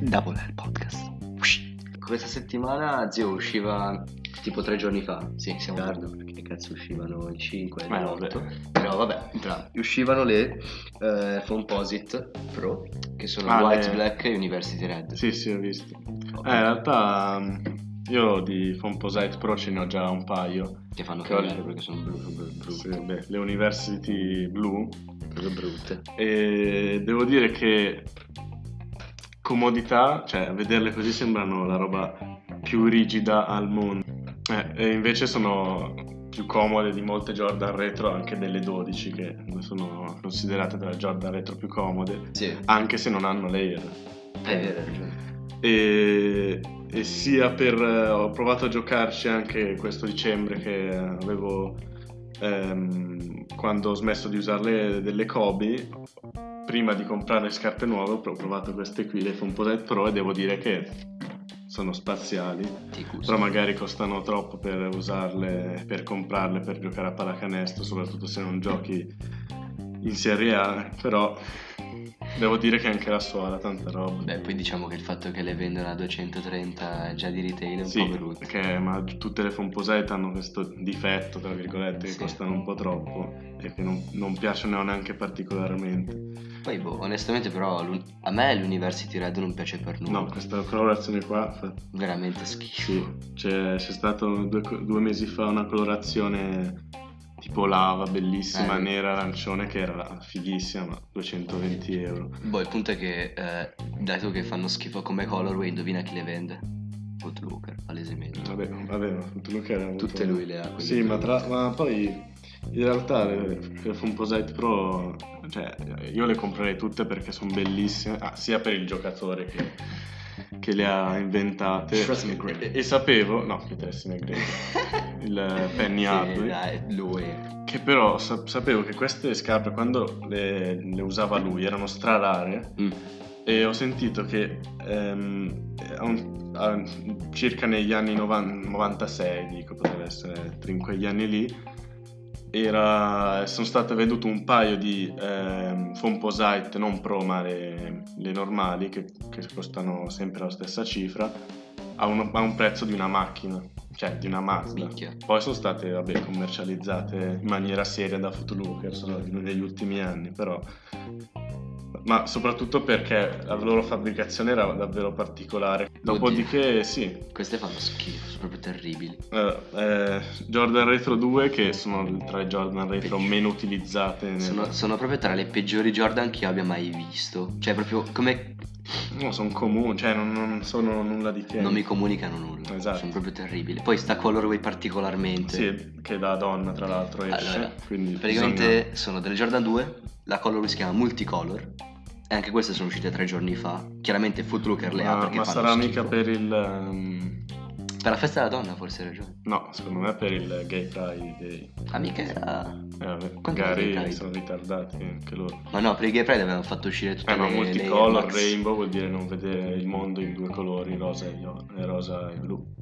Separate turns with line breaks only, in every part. Double L Podcast.
Questa settimana, zio, usciva tipo tre giorni fa. Sì, siamo in
Certo.
ritardo perché che cazzo uscivano
Eh,
5
Ma no,
vabbè. No, vabbè, entrambi. Uscivano le eh, Composite Pro, che sono
Ah,
White,
le-
Black e University Red. Oh,
Sì, sì, ho visto.
Ok.
Eh, in realtà mm, io di Fomposite Pro ce ne ho già un paio.
Che fanno
che
cagare
ho-
perché sono bru- bru- brutte.
Sì, beh, le University Blue.
Proprio brutte.
E devo dire che comodità, cioè a vederle così sembrano la roba più rigida al mondo. Eh, e invece sono più comode di molte Jordan retro, anche delle 12 che sono considerate tra le Jordan retro più comode,
Sì, hai
anche se non hanno layer.
Eh, ragione.
e, e sia per eh, ho provato a giocarci anche questo dicembre che avevo ehm, quando ho smesso di usare delle Kobe prima di comprare le scarpe nuove ho provato queste qui le Composite Pro e devo dire che sono spaziali
Ti gusto.
però magari costano troppo per usarle per comprarle per giocare a pallacanestro soprattutto se non giochi in Serie A però devo dire che anche la suola tanta roba
Beh, poi diciamo che il fatto che le vendono a 230 già di retail è un
Sì,
po' brutto.
perché ma tutte le Fomposite hanno questo difetto, tra virgolette, che
Sì.
costano un po' troppo e che non, non piacciono neanche particolarmente.
Poi, boh, onestamente, però, l'un- a me l'University Red non piace per nulla.
No, questa colorazione qua fa-
Veramente schifo.
sì, cioè, c'è stato due, co- due mesi fa una colorazione tipo lava, bellissima,
Eh.
nera, arancione, che era fighissima, ma 220 euro.
Boh, il punto è che, eh, dato che fanno schifo come colorway, indovina chi le vende? Footlooker, palesemente.
Vabbè, vabbè, ma tutto che era avuto-
Tutte lui le ha. quelle
Sì, ma,
brutte.
tra- ma poi in realtà eh, le, le Fomposite Pro, cioè io le comprerei tutte perché sono bellissime, ah, sia per il giocatore che, che le ha inventate.
Trust me, Greg.
E, e sapevo, no, che Tracy McGrady, il Eh, Penny
Sì,
Hardway,
dai, lui.
che però sa- sapevo che queste scarpe quando le, le usava lui erano strarare
Mm.
e ho sentito che ehm, a un- a- circa negli anni 90 96, dico, potrebbe essere in quegli anni lì, era- sono state vendute un paio di ehm, Fomposite, non Pro ma le, le normali, che, che costano sempre la stessa cifra, a un, a un prezzo di una macchina, cioè di una Mazda.
Minchia.
Poi sono state vabbè, commercializzate in maniera seria da Footlooker solo negli ultimi anni, però. Ma soprattutto perché la loro fabbricazione era davvero particolare. Dopodiché, sì,
Queste fanno schifo, sono proprio terribili.
eh, eh, Jordan Retro 2, che sono tra le Jordan Retro
Peggio.
meno utilizzate. nel-
Sono, sono proprio tra le peggiori Jordan che io abbia mai visto. Cioè, proprio come
No, sono comuni, cioè non, non sono nulla di che.
non mi comunicano nulla.
Esatto.
Sono proprio terribili. Poi sta colorway particolarmente.
Sì, che da donna tra l'altro esce.
Allora,
quindi
Praticamente
bisogna-
sono delle Jordan 2, la colorway si chiama Multicolor. E anche queste sono uscite tre giorni fa. Chiaramente Footlooker le ha
Ma,
perché
ma
fanno
sarà
schifo.
mica per il. ehm,
Per la festa della donna forse hai ragione.
No, secondo me per il gay pride gay.
Ah, mica era...
Eh, vabbè,
Quanto è il Gay
magari
Pride?
sono ritardati anche loro.
Ma no, per i Gay Pride avevano fatto uscire tutte
Eh, ma
le...
multicolor,
le-
rainbow vuol dire non vedere il mondo in due colori, rosa e, io- e rosa e blu.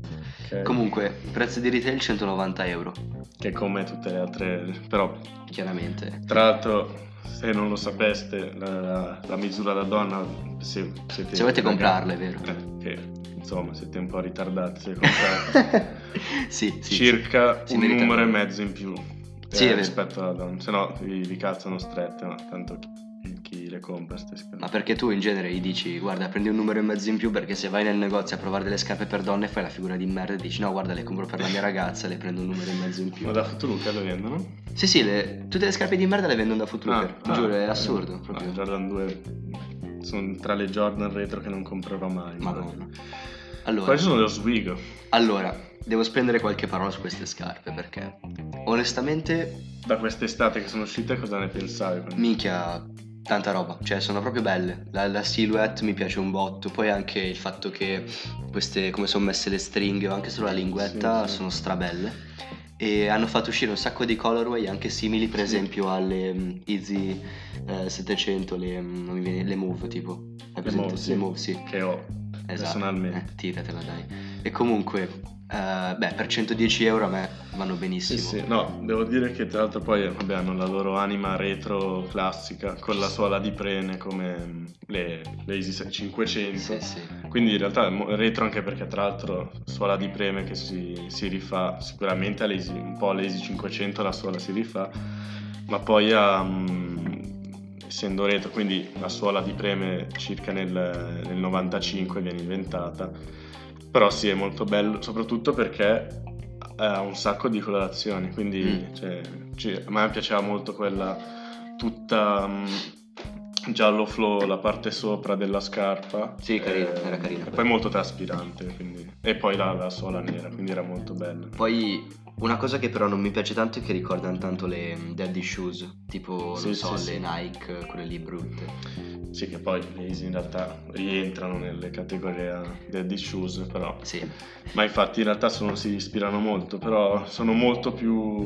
Che-
Comunque, prezzo di retail 190 euro,
Che come tutte le altre. Però
chiaramente.
Tra l'altro, se non lo sapeste, la, la- la misura da donna, se, siete
Se volete
ragazzi-
comprarle, vero?
eh, che, insomma, siete un po' ritardati se comprate
sì, sì.
circa
Sì,
un
merita-
numero e mezzo in più eh,
Sì, è vero.
rispetto alla donna, se no vi, vi calzano strette, ma tanto chi, chi le compra ste scarpe.
Ma perché tu in genere gli dici, guarda, prendi un numero e mezzo in più perché se vai nel negozio a provare delle scarpe per donne fai la figura di merda e dici, no, guarda, le compro per la mia ragazza, le prendo un numero e mezzo in più.
Ma da Futuluca le vendono?
Sì, sì, le- tutte le scarpe di merda le vendono da Footlooker, ti giuro, è assurdo,
eh,
proprio.
ah, Jordan 2 sono tra le Jordan retro che non comprerò mai.
Madonna. Allora,
Poi ci sono le Oswego.
allora, devo spendere qualche parola su queste scarpe perché onestamente
Da quest'estate che sono uscite cosa ne pensavi?
Minchia, tanta roba, cioè sono proprio belle. La, la silhouette mi piace un botto, poi anche il fatto che queste, come sono messe le stringhe o anche solo la linguetta,
Sì, sì.
sono strabelle. E hanno fatto uscire un sacco di colorway anche simili, per
Sì.
esempio, alle mm, Easy eh, 700, le, mm, non mi viene- le Move tipo. Hai presente?
Move, sì.
Le Move, sì.
che ho
Esatto.
personalmente.
Eh, tiratela dai. E comunque, eh, beh, per 110 euro a me vanno benissimo.
Sì, sì, no, devo dire che tra l'altro poi vabbè, hanno la loro anima retro classica con la suola di prene come mm, le, le Easy 500.
Sì, sì.
Quindi in realtà è mo- retro anche perché tra l'altro suola di preme che si, si rifà sicuramente all'Easy, un po' all'Easy 500 la suola si rifà, ma poi a, mm, essendo retro, quindi la suola di preme circa nel, nel 95 viene inventata, però sì è molto bello soprattutto perché ha un sacco di colorazioni, quindi
Mm.
cioè, ci- a me piaceva molto quella tutta... mm, giallo flow la parte sopra della scarpa.
Sì, carina, era carina
E poi
quella.
molto traspirante, quindi. E poi la, la sola nera, quindi era molto bella.
Poi una cosa che però non mi piace tanto è che ricordano tanto le mm, Daddy Shoes, tipo,
Sì,
non
sì,
so, le
sì.
Nike, quelle lì brutte.
Sì, che poi le Easy in realtà rientrano nelle categorie Daddy Shoes, però.
Sì,
Ma infatti in realtà sono- si ispirano molto, però sono molto più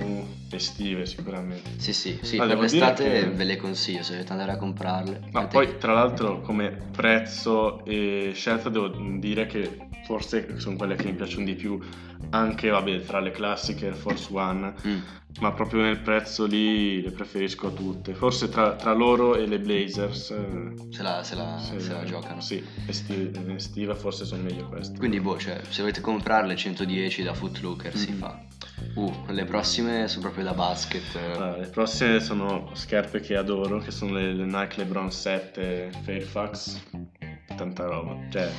estive sicuramente.
sì, sì, sì,
Ah,
per
devo dire
l'estate
che-
ve le consiglio se dovete andare a comprarle.
Ma
Infatti-
poi tra l'altro come prezzo e scelta devo dire che forse sono quelle che mi piacciono di più, anche vabbè tra le classiche Air Force One,
Mm.
Ma proprio nel prezzo lì le preferisco tutte. Forse tra, tra loro e le Blazers. eh,
se la, se la-
se-
Ah, se la giocano.
Sì, esti- eh, estiva forse sono meglio queste.
Quindi, boh, cioè, se volete comprarle 110 da Footlooker si
Mhm.
fa. Uh, le prossime sono proprio da basket. eh.
Ah, le prossime sono scarpe che adoro, che sono le, le Nike LeBron 7 Fairfax. Tanta roba. Cioè,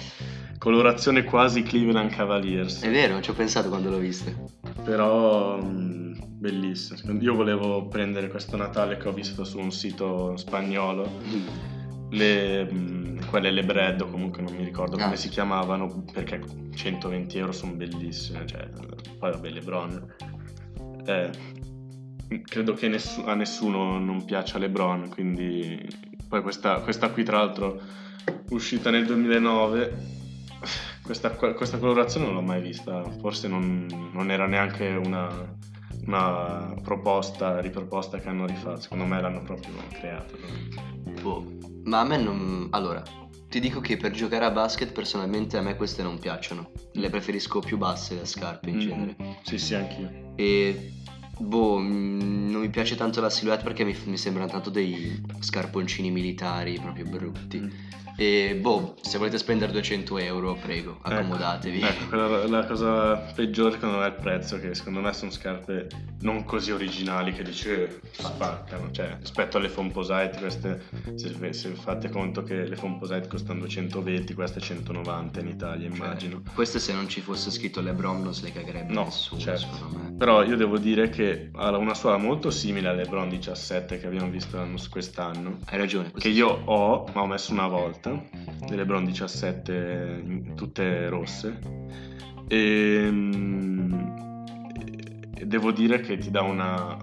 colorazione quasi Cleveland Cavaliers.
È vero, ci ho pensato quando l'ho viste.
Però mm, bellissime. Io volevo prendere questo Natale che ho visto su un sito spagnolo. le, mh, quelle le bread o comunque non mi ricordo
Ah.
come si chiamavano perché 120 euro sono bellissime cioè, poi vabbè le Bron eh, credo che nessu- a nessuno non piaccia le Bron quindi poi questa, questa qui tra l'altro uscita nel 2009 questa, questa colorazione non l'ho mai vista forse non, non era neanche una, una proposta riproposta che hanno rifatto secondo me l'hanno proprio creata
Boh. Ma a me non. Allora, ti dico che per giocare a basket personalmente a me queste non piacciono. Le preferisco più basse le scarpe in
Mm.
genere.
sì sì anch'io
E. Boh, mm, non mi piace tanto la silhouette perché mi, mi sembrano tanto dei scarponcini militari proprio brutti.
Mm.
E boh, se volete spendere 200 euro, prego, accomodatevi.
Ecco, quella- la cosa peggiore secondo me è il prezzo, che secondo me sono scarpe non così originali che dice spaccano, cioè rispetto alle Fomposite queste, se, se fate conto che le Fomposite costano 220, queste 190 in Italia
Cioè,
immagino.
queste se non ci fosse scritto LeBron non se le cagherebbe
No,
nessuno,
certo.
secondo me.
Però io devo dire che ha una suola molto simile alle Bron 17 che abbiamo visto l'anno- quest'anno,
Hai ragione,
che
queste-
io ho, ma ho messo una volta, delle Bron 17 in- tutte rosse. E, e devo dire che ti dà una...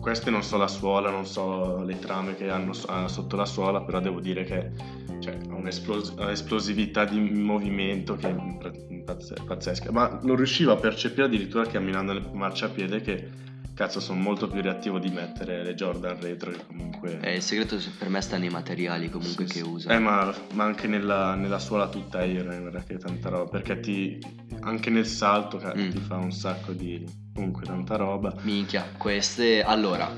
Queste non so la suola, non so le trame che hanno s- ha sotto la suola, però devo dire che cioè, ha un'esplos- un'esplosività di movimento che è impra- pazze- pazzesca. Ma non riuscivo a percepire addirittura camminando nel marciapiede che cazzo sono molto più reattivo di mettere le Jordan retro che comunque...
Eh, il segreto per me sta nei materiali comunque
Sì,
che
sì.
usa.
Eh, ma, ma anche nella, nella suola tutta aerea, guarda che tanta roba. Perché ti, anche nel salto ca-
Mm.
ti fa un sacco di. Comunque, tanta roba.
Minchia, queste... Allora,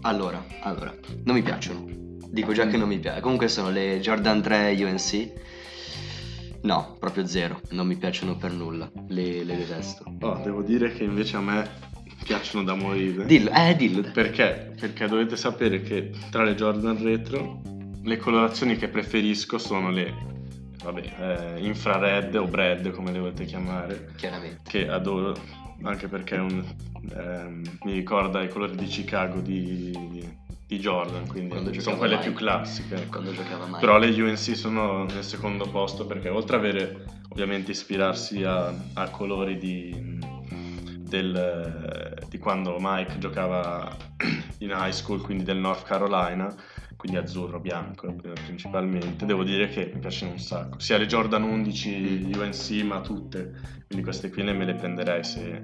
allora, allora, non mi piacciono. Dico già che non mi piace. Comunque sono le Jordan 3 UNC. No, proprio zero. Non mi piacciono per nulla. Le, le detesto.
Oh, devo dire che invece a me piacciono da morire.
Dillo, eh, dillo.
Perché? Perché dovete sapere che tra le Jordan retro le colorazioni che preferisco sono le. Vabbè, eh, infrared o bread come le volete chiamare.
Chiaramente.
che adoro anche perché è un- ehm, mi ricorda i colori di Chicago di, di Jordan, quindi
Quando
sono
giocava
quelle
Mike.
più classiche. ecco.
Quando giocava mai.
Però le UNC sono nel secondo posto perché oltre ad avere ovviamente ispirarsi a, a colori di, del- di quando Mike giocava in high school, quindi del North Carolina, quindi azzurro, bianco eh, principalmente, devo dire che mi piacciono un sacco. Sia le Jordan 11 UNC, ma tutte, quindi queste qui le me le prenderei se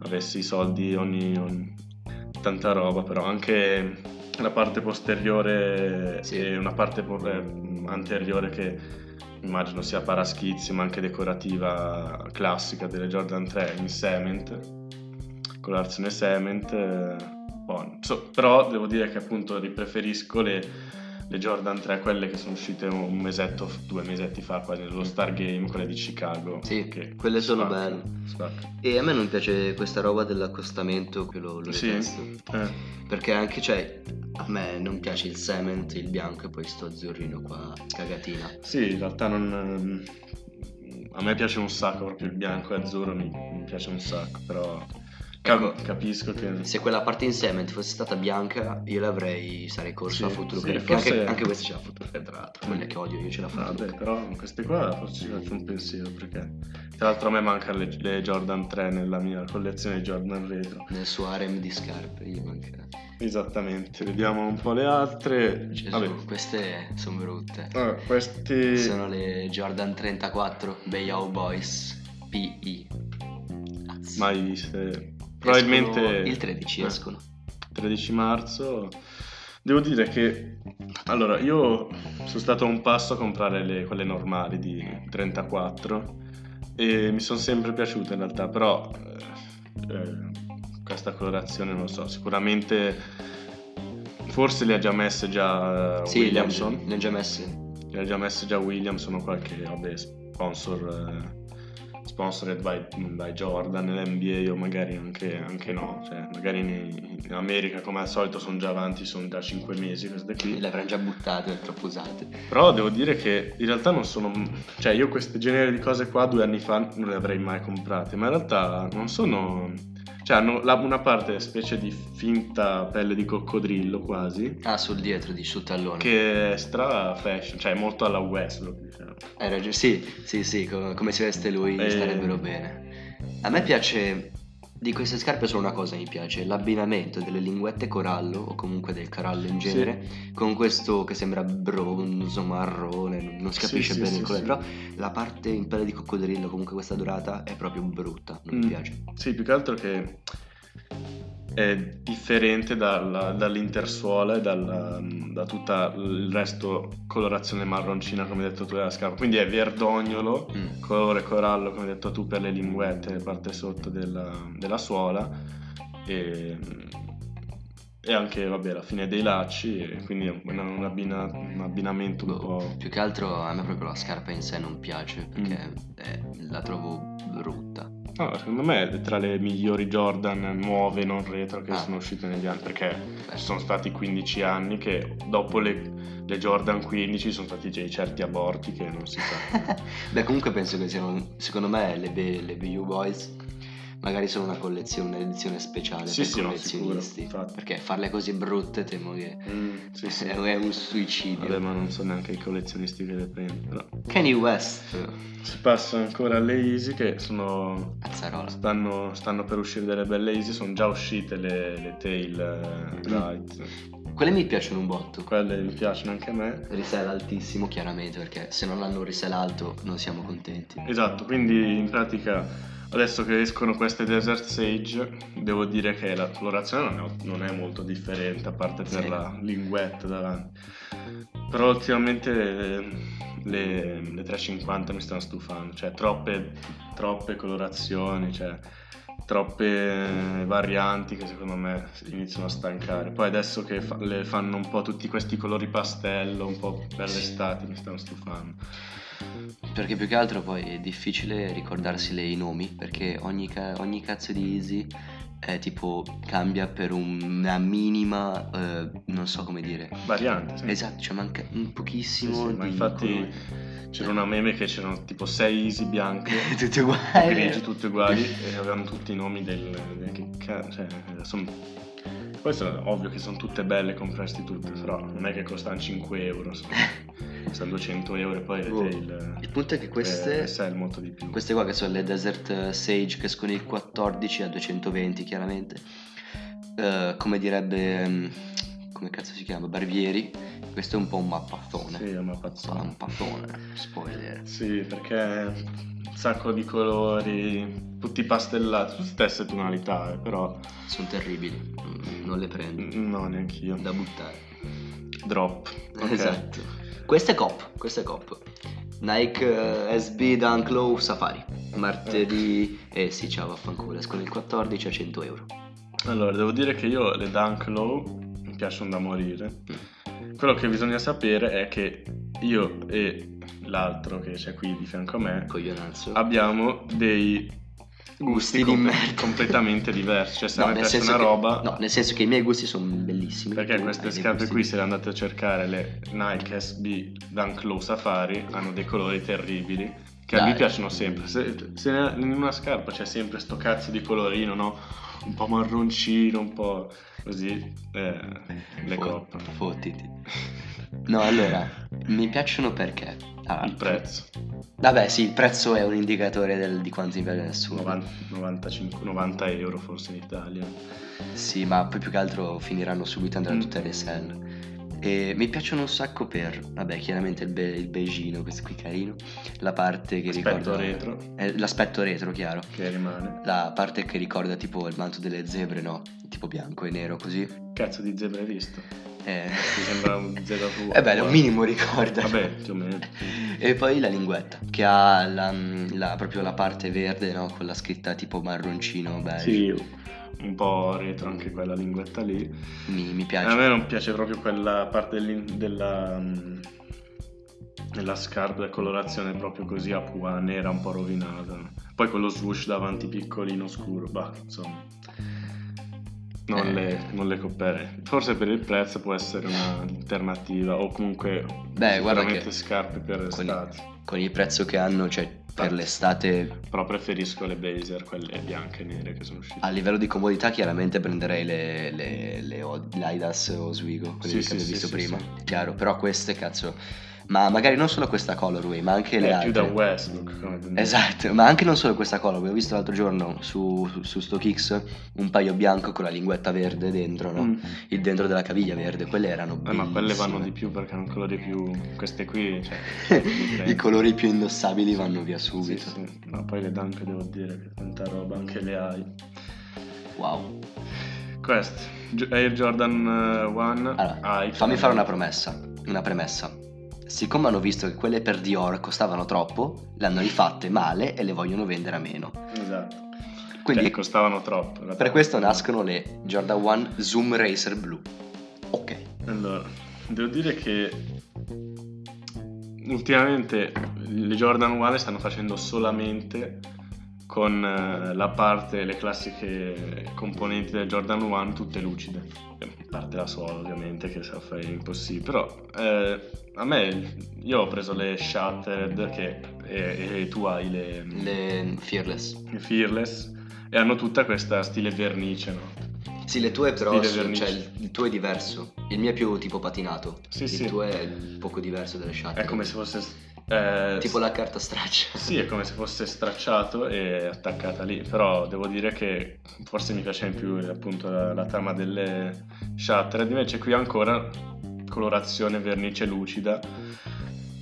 avessi i soldi ogni, ogni- tanta roba, però anche la parte posteriore
Sì.
e una parte po- eh, anteriore che immagino sia paraschizzi ma anche decorativa classica delle Jordan 3 in cement colazione Cement, eh, buono. So- però devo dire che appunto ripreferisco le, le Jordan 3, quelle che sono uscite un mesetto, due mesetti fa, quasi nello Stargame, quelle di Chicago.
Sì,
che
quelle sono
spaccano,
belle.
spaccano.
E a me non piace questa roba dell'accostamento, quello lo
Sì.
detesto.
Eh,
Perché anche, cioè, a me non piace il cement, il bianco e poi sto azzurrino qua, cagatina.
sì, in realtà non... ehm, A me piace un sacco, proprio il bianco e azzurro mi, mi piace un sacco, però cap-
Ecco.
capisco che...
Se quella parte in cement fosse stata bianca, io l'avrei, sarei corso
Sì,
a futuro.
sì,
perché
forse-
anche, anche questa c'è la futuro, tra l'altro. Quella che odio, io ce la faccio.
Vabbè, Ah, però queste qua forse ci faccio un pensiero perché tra l'altro a me mancano le, le Jordan 3 nella mia collezione di Jordan Retro.
Nel suo harem di scarpe, gli manca.
Esattamente, vediamo un po' le altre.
Gesù,
Vabbè,
Cioè,
Ah,
queste sono brutte.
allora, questi
Sono le Jordan 34 Bayou Boys PE. Cazzo.
mai viste.
Escono
Probabilmente
il 13
eh,
escono.
13 marzo. Devo dire che allora io sono stato a un passo a comprare le- quelle normali di 34 e mi sono sempre piaciute in realtà, però eh, eh, questa colorazione non lo so, sicuramente forse le ha già messe già eh,
Sì, le,
Williamson,
ho- le ho già messe.
le ha già messe già Williamson o qualche vabbè, sponsor eh, sponsored by, by Jordan, l'NBA o magari anche, anche no, cioè, magari nei- in America come al solito sono già avanti, sono da 5 mesi queste qui.
Le avranno già buttate, troppo usate.
Però devo dire che in realtà non sono. Cioè, io queste genere di cose qua due anni fa non le avrei mai comprate, ma in realtà non sono. Cioè, hanno la- una parte specie di finta pelle di coccodrillo quasi.
Ah, sul dietro, di sul tallone.
Che è stra fashion, cioè è molto alla Westbrook, diciamo.
Hai ragione, sì, sì, sì, co- come si veste lui
Eh.
starebbero bene. A me piace, di queste scarpe solo una cosa mi piace, l'abbinamento delle linguette corallo, o comunque del corallo in genere, con questo che sembra bronzo, marrone, non- non si
Sì,
capisce
sì,
bene
sì,
il colore,
sì.
però la parte in pelle di coccodrillo, comunque questa dorata, è proprio brutta, non mi
Mm.
piace.
Sì, più che altro che è differente dalla- dall'intersuola e dalla- mm, da tutta il resto colorazione marroncina, come hai detto tu, della scarpa. Quindi è verdognolo,
Mm.
colore corallo, come hai detto tu, per le linguette, parte sotto della, della suola e, e anche, vabbè, la fine dei lacci, e quindi è un, un abbina- un abbinamento un
Boh,
po'...
Più che altro a me proprio la scarpa in sé non piace, perché
Mm.
eh, la trovo brutta.
No, secondo me è tra le migliori Jordan nuove, non retro, che
Ah.
sono uscite negli anni, perché...
Beh,
Eh, sono stati 15 anni che dopo le, le Jordan 15 sono stati dei certi aborti che non si sa.
Beh, comunque penso che siano, secondo me, le, B- le BU Boys magari sono una collezione, un'edizione speciale
Sì,
per
sì, no,
collezionisti.
sicuro, infatti.
perché farle così brutte temo che
Mm, sì, sì.
è un- è un suicidio.
Vabbè, ma non so neanche i collezionisti che le prendono. però.
Kanye West,
Si passa ancora alle Easy che sono...
Azzarola.
Stanno, stanno per uscire delle belle Easy, sono già uscite le, le Tail eh, Light.
Quelle mi piacciono un botto.
Quelle mi piacciono anche a me.
Risale altissimo, chiaramente, perché se non hanno un risale alto non siamo contenti.
Esatto, quindi in pratica adesso che escono queste Desert Sage, devo dire che la colorazione non è, non è molto differente, a parte per
Sì.
la linguetta davanti. Però ultimamente le, le- le 350 mi stanno stufando, cioè troppe, troppe colorazioni, cioè troppe eh, varianti che secondo me iniziano a stancare. Poi adesso che fa- le fanno un po' tutti questi colori pastello, un po' per l'estate, mi stanno stufando.
Perché più che altro poi è difficile ricordarsi le- i nomi, perché ogni, ca- ogni cazzo di Easy è tipo cambia per una minima, eh, non so come dire,
Varianti, sì.
Esatto, cioè manca un
Mm. Sì,
pochissimo
sì, ma
di
infatti
colore.
c'era una meme che c'erano tipo 6 easy bianche,
tutti uguali.
grigi, tutti uguali e avevano tutti i nomi del... del che ca- cioè, sono- Poi sono- ovvio che sono tutte belle, compresti tutte, però non è che costano 5 euro, sono, costano 200 euro e poi
Oh,
retail...
Il punto è che
eh,
queste
sell molto di più.
queste qua che sono le Desert eh, Sage che escono il 14 a 220 chiaramente. eh, come direbbe mm, come cazzo si chiama Barbieri, questo è un po' un mappattone.
Sì, è una
Sarà
pazzona.
un pattone, spoiler.
Sì, perché un sacco di colori, tutti pastellati, tutte stesse tonalità, eh, però
Sono terribili, mm, non le prendo.
no, neanche io.
Da buttare.
Drop. ok.
Esatto. Questa è cop, questa è cop. Nike eh, SB Dunk Low Safari. martedì, eh sì, ciao, vaffanculo, escono il 14 a 100 euro.
Allora, devo dire che io le Dunk Low mi piacciono da morire.
Mm.
Quello che bisogna sapere è che io e l'altro che c'è qui di fianco a me
Coglionazzo.
Ah, abbiamo dei gusti
Gusti di
comple-
merda.
completamente diversi. Cioè, se
No,
a me
nel
piace
senso
una
che-
roba,
No, nel senso che i miei gusti sono bellissimi.
perché
tu
queste
hai dei
scarpe
gusti-
qui, se le andate a cercare, le Nike SB Dunk Low Safari, hanno dei colori terribili. Che a
Dai.
me piacciono sempre. Se, se in una scarpa c'è sempre sto cazzo di colorino, no? Un po' marroncino, un po' così. eh, le
Fo-
coppe.
Fottiti. No, allora, mi piacciono perché... allora,
Il prezzo.
Vabbè, sì, il prezzo è un indicatore del- di quanto mi piace nessuno.
90, 95, 90 euro forse in Italia.
Sì, ma poi più che altro finiranno subito, andranno
Mm.
tutte alle sell. E mi piacciono un sacco per, vabbè, chiaramente il, be- il beigino, questo qui carino, la parte che ricorda...
Aspetto retro
eh, l'aspetto retro, chiaro.
che rimane.
La parte che ricorda tipo il manto delle zebre, no? Tipo bianco e nero, così.
Cazzo di zebra hai visto? Mi
Eh.
sembra un zebra fu.
Eh beh, un minimo ricorda.
Vabbè, più o meno.
E poi la linguetta, che ha la, la- proprio la parte verde, no? Con la scritta tipo marroncino, beh,
Sì, un po' retro anche quella linguetta lì.
mi, mi
Eh, A
piace.
me non piace proprio quella parte dell'in- della, mm, della scarpa, la colorazione proprio così a pua, nera, un po' rovinata. Poi quello swoosh davanti piccolino scuro, bah, insomma. Non,
Eh.
le, non le coppere. Forse per il prezzo può essere un'alternativa o comunque
Beh, guarda
sicuramente
che
scarpe per
con-
l'estate.
Con il prezzo che hanno, cioè per
Infatti.
l'estate,
Però preferisco le blazer, quelle bianche e nere che sono uscite.
a livello di comodità, chiaramente prenderei le, le, le O- l'Aidas o Swigo, quelle
Sì,
che
sì,
abbiamo
sì,
visto
sì,
prima, chiaro. Però queste, cazzo, ma magari non solo questa colorway, ma anche le
È
altre.
Eh, più da Westbrook. come dire.
Esatto, ma anche non solo questa colorway, ho visto l'altro giorno su, su, su StockX un paio bianco con la linguetta verde dentro, no?
Mm.
Il dentro della caviglia verde, quelle erano
Eh,
bellissime.
ma quelle vanno di più perché hanno colori più. Queste qui, cioè.
I colori più indossabili vanno via
Sì,
subito.
sì. Ma poi le Dunk devo dire che tanta roba anche le hai.
Wow.
Queste, Gio- Air Jordan eh, 1.
Allora, fammi fare una promessa, una premessa. Siccome hanno visto che quelle per Dior costavano troppo, le hanno rifatte male e le vogliono vendere a meno.
Esatto. Quindi
Quindi
costavano troppo. in realtà.
per questo nascono le Jordan 1 Zoom Racer Blue. Ok.
Allora, devo dire che ultimamente le Jordan 1 stanno facendo solamente con eh, la parte, le classiche componenti del Jordan 1 tutte lucide. A parte la suola ovviamente che sa fare impossibile, però eh, a me io ho preso le Shattered che, eh, e, e tu hai le,
Le Fearless.
le Fearless e hanno tutta questa stile vernice, no?
Sì, le tue però,
Stile
su-
vernice.
cioè il, il tuo è diverso, il mio è più tipo patinato,
Sì,
il
sì.
tuo è poco diverso dalle shattered.
È come se fosse... eh,
Tipo la carta straccia.
Sì, è come se fosse stracciato e attaccata lì, però devo dire che forse mi piace di più appunto la, la trama delle Shattered, invece qui ancora colorazione vernice lucida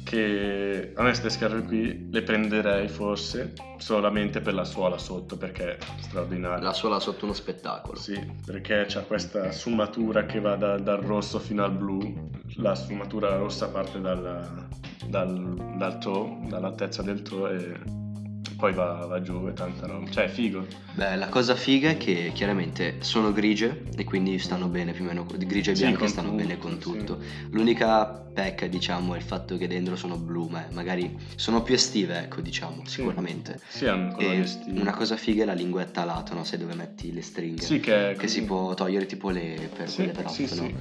che a me queste scarpe qui le prenderei forse solamente per la suola sotto perché è straordinaria.
La sola sotto uno spettacolo.
Sì, perché c'ha questa sfumatura che va da- dal rosso fino al blu. La sfumatura rossa parte dal, dal, dal toe, dall'altezza del toe e poi va, va giù e tanta roba. Cioè, è figo.
Beh, la cosa figa è che chiaramente sono grigie e quindi stanno bene più o meno, grigie e
Sì,
bianche
con
stanno
tutto,
bene con
sì.
tutto. L'unica pecca, diciamo, è il fatto che dentro sono blu, ma magari sono più estive, ecco, diciamo, sicuramente.
Sì, è un colore
E
estivo.
una cosa figa è la linguetta a lato, no? Sai dove metti le stringhe.
Sì, che, è
Che si
così.
può togliere tipo le per
Sì,
quelle per
sì,
otto, no?
sì.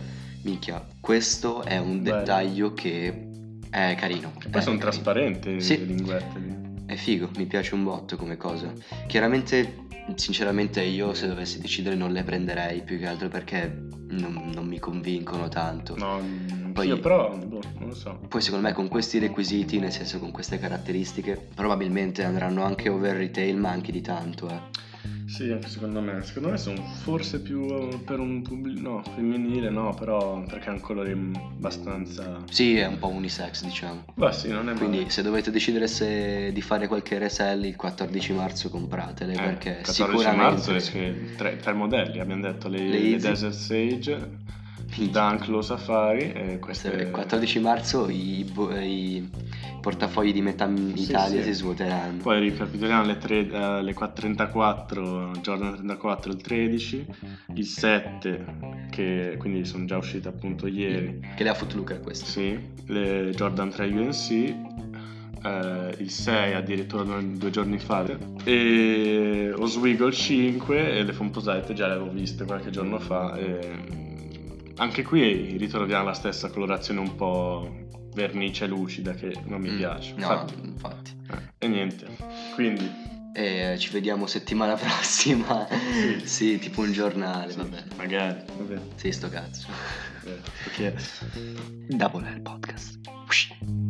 Minchia, questo è un
Bello.
dettaglio che è carino. Eh,
Che poi
è
sono
carino.
trasparenti
Sì.
le linguette lì.
È figo, mi piace un botto come cosa. Chiaramente, sinceramente, io se dovessi decidere non le prenderei più che altro perché non, non mi convincono tanto.
No, mm,
Poi-
io però, boh, non lo so.
Poi secondo me con questi requisiti, nel senso con queste caratteristiche, probabilmente andranno anche over retail, ma anche di tanto, eh.
Sì, anche secondo me. Secondo me sono forse più eh, per un pubblico... No, femminile no, però perché è un colore mm, abbastanza...
Sì, è un po' unisex, diciamo.
Beh, sì, non è male.
Quindi se dovete decidere se di fare qualche resell il 14 marzo compratele
Eh,
perché
14
sicuramente
marzo esce tre, tre modelli, abbiamo detto le,
Le
le
Easy.
Desert Sage, da Anclo Safari. eh, queste-
Il 14 marzo i, bo- i portafogli di metà
Sì,
Italia
sì.
si svuoteranno.
Poi ricapitoliamo le, tre- eh, le 4.34, Jordan 34 il 13, il 7, che quindi sono già uscite appunto ieri,
Che le ha Footlooker questo.
sì, le Jordan 3 UNC, eh, il 6 addirittura due, due giorni fa, e Oswego il 5 e le Fomposite già le avevo viste qualche giorno fa. e mm, anche qui ritroviamo la stessa colorazione un po' vernice lucida che non mi
Mm,
piace.
No,
Infatti-
infatti.
e niente, quindi...
E ci vediamo settimana prossima.
Sì.
sì, tipo un giornale,
Sì,
va bene.
Magari. Vabbè. eh.
Sì, sto cazzo.
vabbè.
Double L Podcast.